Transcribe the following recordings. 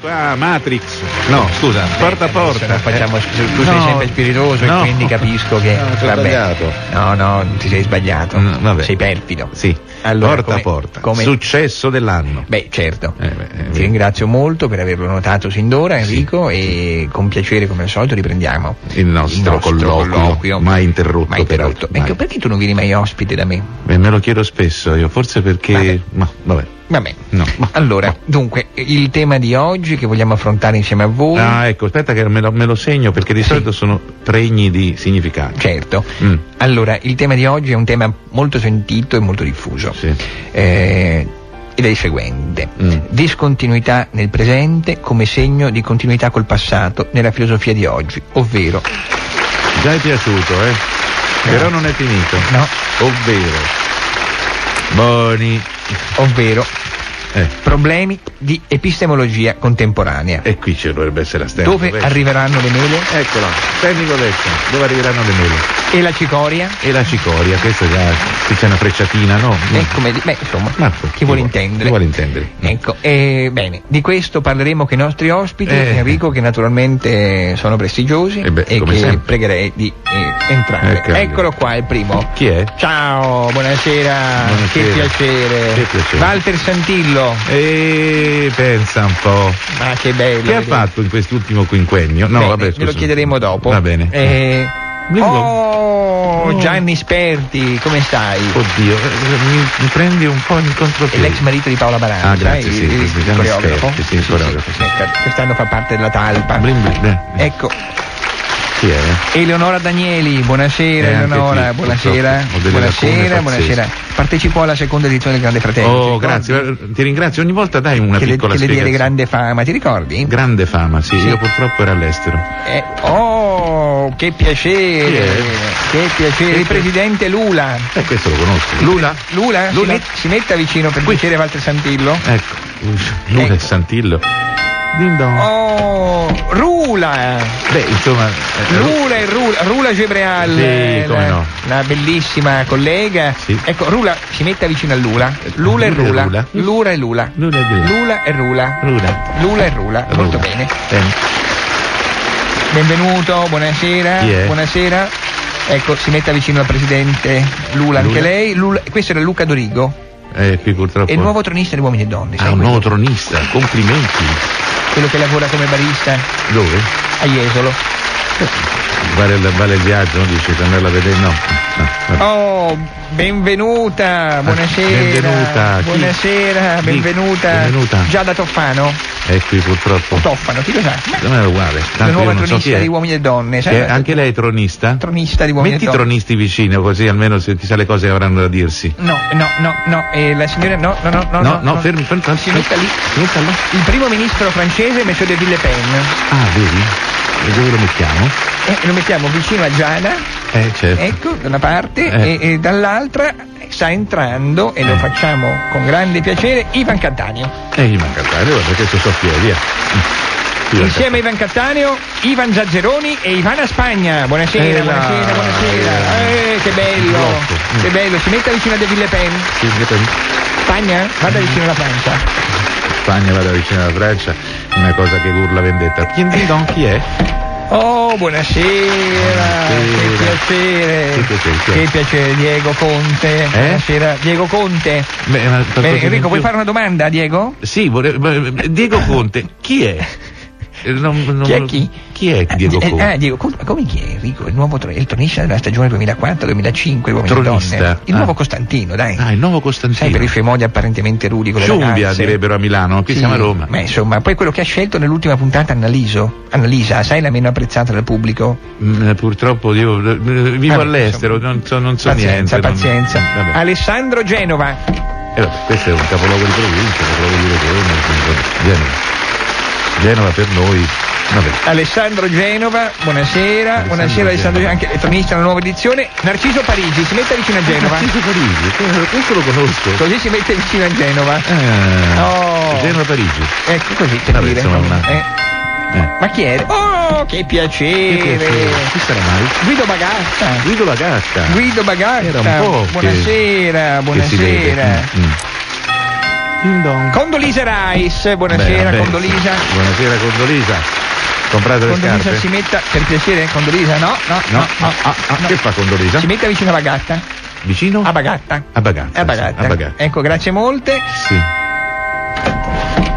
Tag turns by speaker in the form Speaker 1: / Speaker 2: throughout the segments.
Speaker 1: Qua Matrix, no scusa, porta a porta.
Speaker 2: Adesso Eh, non facciamo scusa, tu sei
Speaker 1: No.
Speaker 2: sempre spiritoso
Speaker 1: No.
Speaker 2: e quindi capisco che
Speaker 1: No, sono sbagliato.
Speaker 2: No, no, ti sei sbagliato.
Speaker 1: Mm, vabbè.
Speaker 2: Sei perfido.
Speaker 1: Sì,
Speaker 2: Allora,
Speaker 1: porta a
Speaker 2: come-
Speaker 1: porta.
Speaker 2: come-
Speaker 1: Successo dell'anno.
Speaker 2: Beh, certo.
Speaker 1: Eh, beh, eh,
Speaker 2: ti
Speaker 1: vedi.
Speaker 2: ringrazio molto per averlo notato sin d'ora, Enrico, e con piacere come al solito riprendiamo
Speaker 1: Il nostro colloquio, mai interrotto,
Speaker 2: Mai interrotto.
Speaker 1: peraltro, mai.
Speaker 2: Ecco, perché tu non vieni mai ospite da me?
Speaker 1: Beh, me lo chiedo spesso io, forse perché.
Speaker 2: Vabbè.
Speaker 1: Ma vabbè.
Speaker 2: Vabbè.
Speaker 1: No.
Speaker 2: Allora, dunque, il tema di oggi che vogliamo affrontare insieme a voi.
Speaker 1: Ah, ecco, aspetta che me lo, me lo segno perché di
Speaker 2: Sì.
Speaker 1: solito sono pregni di significato.
Speaker 2: Certo.
Speaker 1: Mm.
Speaker 2: Allora, il tema di oggi è un tema molto sentito e molto diffuso.
Speaker 1: Sì.
Speaker 2: Eh, ed è il seguente.
Speaker 1: Mm.
Speaker 2: Discontinuità nel presente come segno di continuità col passato nella filosofia di oggi, ovvero...
Speaker 1: Già è piaciuto, eh? Però non è finito.
Speaker 2: No.
Speaker 1: Ovvero. Boni.
Speaker 2: ovvero
Speaker 1: Eh.
Speaker 2: problemi di epistemologia contemporanea.
Speaker 1: E qui ci dovrebbe essere la stella.
Speaker 2: dove
Speaker 1: Dov'è?
Speaker 2: arriveranno le mele
Speaker 1: Eccola, tecnico destro, dove arriveranno le mele.
Speaker 2: e la cicoria?
Speaker 1: E la cicoria, questa già qui c'è una frecciatina, no?
Speaker 2: Eh, come di- beh, insomma,
Speaker 1: Ma-
Speaker 2: chi vuole
Speaker 1: Chi
Speaker 2: intendere?
Speaker 1: vuole intendere.
Speaker 2: Ecco, eh, bene, di questo parleremo con i nostri ospiti,
Speaker 1: Eh.
Speaker 2: Enrico che naturalmente sono prestigiosi
Speaker 1: Eh beh,
Speaker 2: e
Speaker 1: come
Speaker 2: che
Speaker 1: sempre.
Speaker 2: pregherei di eh, entrare.
Speaker 1: Ecco.
Speaker 2: Eccolo qua il primo.
Speaker 1: Chi è?
Speaker 2: Ciao, buonasera, che
Speaker 1: Buonasera.
Speaker 2: piacere.
Speaker 1: Che piacere.
Speaker 2: Walter Santillo,
Speaker 1: E pensa un po'.
Speaker 2: ma che bello.
Speaker 1: Che ha
Speaker 2: vedere.
Speaker 1: fatto in quest'ultimo quinquennio? No,
Speaker 2: Bene,
Speaker 1: vabbè,
Speaker 2: Ve lo
Speaker 1: scusa.
Speaker 2: chiederemo dopo.
Speaker 1: Va bene.
Speaker 2: Eh,
Speaker 1: Lungo.
Speaker 2: oh,
Speaker 1: Oh.
Speaker 2: Gianni Sperti, come stai?
Speaker 1: Oddio, eh, mi, mi prendi un po' in
Speaker 2: È
Speaker 1: contropiede.
Speaker 2: l'ex marito di Paola Baranza,
Speaker 1: Ah, grazie,
Speaker 2: il,
Speaker 1: sì,
Speaker 2: il
Speaker 1: sì, sì, Gianni
Speaker 2: coreografo. Ah,
Speaker 1: Sperti, sì, il coreografo.
Speaker 2: ecco, quest'anno fa parte della talpa.
Speaker 1: Blin blin, eh.
Speaker 2: Ecco,
Speaker 1: Chi è?
Speaker 2: Eleonora Danieli, buonasera
Speaker 1: Eh, anche
Speaker 2: Eleonora,
Speaker 1: qui,
Speaker 2: buonasera.
Speaker 1: purtroppo, ho delle
Speaker 2: Buonasera,
Speaker 1: lacune
Speaker 2: buonasera. Partecipò alla seconda edizione del Grande Fratello.
Speaker 1: Oh,
Speaker 2: ti ricordi?
Speaker 1: grazie, eh, ti ringrazio. Ogni volta dai una
Speaker 2: Che le,
Speaker 1: piccola
Speaker 2: che le diede
Speaker 1: spiegazione.
Speaker 2: grande fama, ti ricordi?
Speaker 1: Grande fama, sì,
Speaker 2: Sì.
Speaker 1: io purtroppo ero all'estero.
Speaker 2: Eh, oh, che
Speaker 1: Chi
Speaker 2: piacere!
Speaker 1: è?
Speaker 2: Che piacere! Il presidente Lula!
Speaker 1: Eh, questo lo conosco.
Speaker 2: Lula? Lula? Si,
Speaker 1: Lula?
Speaker 2: met- si metta vicino per piacere Walter Santillo?
Speaker 1: Ecco, Lula
Speaker 2: Ecco.
Speaker 1: e Santillo. Ding dong.
Speaker 2: Oh, Rula!
Speaker 1: Beh, insomma, eh,
Speaker 2: Rula e Rula, Rula Gebreal,
Speaker 1: Sì,
Speaker 2: eh,
Speaker 1: come
Speaker 2: la-
Speaker 1: no.
Speaker 2: una bellissima collega.
Speaker 1: Sì. Eh,
Speaker 2: Ecco, Rula si metta vicino a Lula. Lula e Rula. Lula
Speaker 1: Lula e
Speaker 2: e Lula.
Speaker 1: Lula.
Speaker 2: Lula e Rula.
Speaker 1: Lula. Eh,
Speaker 2: Lula e Rula. Molto
Speaker 1: Rula.
Speaker 2: bene.
Speaker 1: Bene.
Speaker 2: Benvenuto, buonasera.
Speaker 1: Chi è?
Speaker 2: Buonasera. Ecco, si metta vicino al presidente Lula, anche
Speaker 1: Lula.
Speaker 2: lei. Lula- questo era Luca Dorigo.
Speaker 1: Eh, qui purtroppo.
Speaker 2: È il nuovo tronista di Uomini e Donne. sai
Speaker 1: Ah, un
Speaker 2: quello?
Speaker 1: nuovo tronista, complimenti.
Speaker 2: quello che lavora come barista
Speaker 1: Dove?
Speaker 2: a Jesolo.
Speaker 1: Vale il, vale il viaggio, non dice per andarla a vedere, no. no, vabbè.
Speaker 2: Oh, benvenuta, buonasera.
Speaker 1: benvenuta, chi?
Speaker 2: Buonasera,
Speaker 1: Chi?
Speaker 2: benvenuta.
Speaker 1: Benvenuta.
Speaker 2: Giada Toffano.
Speaker 1: È qui purtroppo.
Speaker 2: O Toffano, chi lo sa? Ma-
Speaker 1: Non è uguale.
Speaker 2: La
Speaker 1: tanto
Speaker 2: nuova
Speaker 1: io non so chi
Speaker 2: tronista
Speaker 1: è.
Speaker 2: di Uomini e Donne. sai?
Speaker 1: Che è- anche lei è tronista?
Speaker 2: Tronista di Uomini
Speaker 1: Metti
Speaker 2: e
Speaker 1: i
Speaker 2: Donne.
Speaker 1: tronisti vicino così almeno se ti sa le cose che avranno da dirsi.
Speaker 2: No, no, no, no, eh, la signora no, no, no, no.
Speaker 1: no, fermi, fermi, fermi.
Speaker 2: Si metta lì.
Speaker 1: Si metta là.
Speaker 2: Il primo ministro francese, Monsieur de Villepin.
Speaker 1: Ah, vedi? E dove lo mettiamo?
Speaker 2: Eh, lo mettiamo vicino a Giada,
Speaker 1: Eh, certo.
Speaker 2: ecco, da una parte,
Speaker 1: Eh.
Speaker 2: e, e dall'altra sta entrando, e lo
Speaker 1: Eh.
Speaker 2: facciamo con grande piacere, Ivan Cattaneo.
Speaker 1: E Eh, gli manca il cane, guarda che sono soffio, via. Mm. Io
Speaker 2: Insieme a Ivan Cattaneo, Ivan Zazzeroni e Ivana Spagna. Buonasera,
Speaker 1: Eh là,
Speaker 2: buonasera, buonasera.
Speaker 1: eh.
Speaker 2: Eh, che bello,
Speaker 1: Blocco, mm.
Speaker 2: che bello. Si metta vicino a Deville Pen.
Speaker 1: Sì, sì, sì.
Speaker 2: Spagna, vada
Speaker 1: Mm.
Speaker 2: vicino alla Francia.
Speaker 1: Spagna vada vicino alla Francia, una cosa che urla vendetta. Chi don chi è?
Speaker 2: Oh, buonasera, che
Speaker 1: Buonasera.
Speaker 2: piacere.
Speaker 1: Che piacere, chi è?
Speaker 2: Che piacere, Diego Conte.
Speaker 1: Eh?
Speaker 2: Buonasera, Diego Conte.
Speaker 1: Beh, una qualcosa
Speaker 2: Bene,
Speaker 1: di
Speaker 2: Enrico,
Speaker 1: più.
Speaker 2: vuoi fare una domanda, a Diego?
Speaker 1: Sì, vorrei- ma- Diego Conte, chi è? Eh, non- non-
Speaker 2: Chi è chi?
Speaker 1: Chi è
Speaker 2: Ah,
Speaker 1: Diego
Speaker 2: eh,
Speaker 1: Conte?
Speaker 2: Ah, Diego Conte, come chi è Enrico? Il nuovo tro- il tronista della stagione 2004-2005, uomini e
Speaker 1: Tronista.
Speaker 2: donne. Il
Speaker 1: Ah.
Speaker 2: nuovo Costantino, dai.
Speaker 1: Ah, il nuovo
Speaker 2: Sai, per i
Speaker 1: Costantino.
Speaker 2: suoi modi apparentemente rudi con le
Speaker 1: Ciumbia,
Speaker 2: ragazze.
Speaker 1: direbbero a Milano, qui
Speaker 2: Sì,
Speaker 1: siamo a Roma.
Speaker 2: Ma insomma, poi quello che ha scelto nell'ultima puntata Annaliso, Annalisa, sai la meno apprezzata dal pubblico?
Speaker 1: Mm, Purtroppo io eh, vivo
Speaker 2: Vabbè,
Speaker 1: all'estero,
Speaker 2: insomma.
Speaker 1: non so, non so
Speaker 2: pazienza,
Speaker 1: niente. non-
Speaker 2: Pazienza,
Speaker 1: vabbè.
Speaker 2: Alessandro Genova.
Speaker 1: Eh, vabbè, questo è un capolavoro di provincia, un capolavoro di regione, quindi, insomma, Genova. Genova per noi Vabbè.
Speaker 2: Alessandro Genova, buonasera, buonasera Alessandro
Speaker 1: Genova.
Speaker 2: Genova, anche il tronista della nuova edizione. Narciso Parigi, si metta vicino a Genova.
Speaker 1: Narciso Ah, Parigi, eh, questo lo conosco.
Speaker 2: Così si mette vicino a Genova.
Speaker 1: Ah,
Speaker 2: Oh.
Speaker 1: Genova Parigi.
Speaker 2: Ecco così per
Speaker 1: Vabbè,
Speaker 2: dire.
Speaker 1: insomma,
Speaker 2: insomma.
Speaker 1: una-
Speaker 2: Eh.
Speaker 1: Eh.
Speaker 2: Ma chi è? Oh, che piacere!
Speaker 1: Che piacere. Chi sarà mai?
Speaker 2: Guido Bagazza.
Speaker 1: Guido la gatta.
Speaker 2: Guido Bagazza.
Speaker 1: Era un po' che-
Speaker 2: buonasera,
Speaker 1: Che si
Speaker 2: buonasera.
Speaker 1: vede. Mm, mm. Ding dong.
Speaker 2: Condolisa Rice, buonasera
Speaker 1: Beh, beh,
Speaker 2: Condolisa.
Speaker 1: sì. Buonasera Condolisa. Comprate le
Speaker 2: Condolisa
Speaker 1: scarpe?
Speaker 2: si metta, per piacere, eh, Condolisa, no, no,
Speaker 1: No, ah, ah, ah, che fa Condolisa?
Speaker 2: Si metta vicino a Bagatta.
Speaker 1: Vicino?
Speaker 2: A Bagatta.
Speaker 1: Oh. A Bagatta,
Speaker 2: A
Speaker 1: sì, a Bagatta.
Speaker 2: Ecco, grazie molte.
Speaker 1: Sì.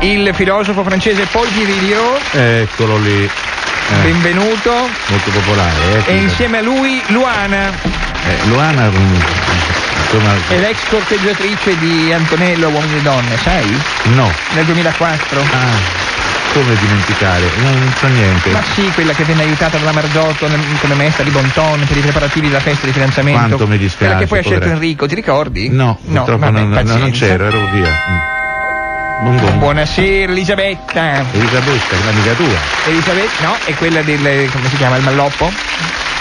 Speaker 2: Il filosofo francese Paul Girillot,
Speaker 1: Eccolo lì. Eh,
Speaker 2: benvenuto.
Speaker 1: molto popolare. eh,
Speaker 2: E
Speaker 1: quindi-
Speaker 2: insieme a lui Luana,
Speaker 1: Eh, Luana, mm, insomma,
Speaker 2: è l'ex corteggiatrice di Antonello Uomini e Donne, sai?
Speaker 1: no.
Speaker 2: Nel 2004.
Speaker 1: Ah, come dimenticare? Non, non so niente.
Speaker 2: Ma sì, quella che venne aiutata dalla Marzotto nel- come maestra di Bonton per i preparativi della festa di fidanzamento.
Speaker 1: Quanto mi dispiace,
Speaker 2: Quella che poi ha scelto
Speaker 1: poveretta.
Speaker 2: Enrico, ti ricordi?
Speaker 1: No, purtroppo
Speaker 2: vabbè,
Speaker 1: non, non- non
Speaker 2: pazienza.
Speaker 1: c'ero, ero via. Mm. Buon buon.
Speaker 2: Buonasera Elisabetta.
Speaker 1: Elisabetta, che è un'amica tua.
Speaker 2: Elisabetta, no, è quella del, come si chiama, il malloppo?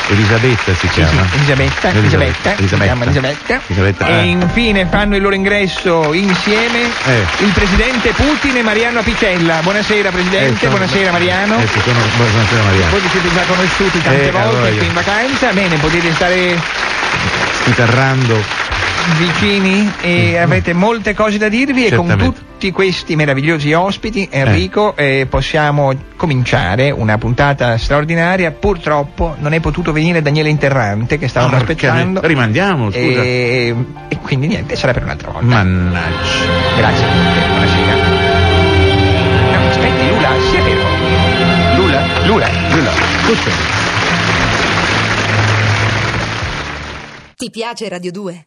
Speaker 1: Elisabetta si chiama.
Speaker 2: Elisabetta, Elisabetta, si chiama Elisabetta.
Speaker 1: Elisabetta, ah.
Speaker 2: E infine fanno il loro ingresso insieme
Speaker 1: Eh.
Speaker 2: il presidente Putin e Mariano Apicella. Buonasera
Speaker 1: Eh,
Speaker 2: presidente,
Speaker 1: sono-
Speaker 2: buonasera Mariano.
Speaker 1: Eh, sì, sono, buonasera Mariano.
Speaker 2: Voi vi siete già conosciuti tante
Speaker 1: Eh, allora
Speaker 2: volte
Speaker 1: io.
Speaker 2: qui in vacanza, bene, potete stare
Speaker 1: Schitarrando.
Speaker 2: vicini e avete molte cose da dirvi e con
Speaker 1: Mm. Certamente.
Speaker 2: tutti questi meravigliosi ospiti, Enrico, eh, possiamo cominciare una puntata straordinaria. Purtroppo non è potuto venire Daniele Interrante che stavamo
Speaker 1: Porca
Speaker 2: aspettando.
Speaker 1: mi- rimandiamo, scusa.
Speaker 2: E, e quindi niente, sarà per un'altra volta.
Speaker 1: Mannaggia.
Speaker 2: Grazie, buonasera. No, aspetti, Lula, sia fermo. Lula? Lula.
Speaker 1: Quella- questo è.
Speaker 3: Ti piace Radio 2?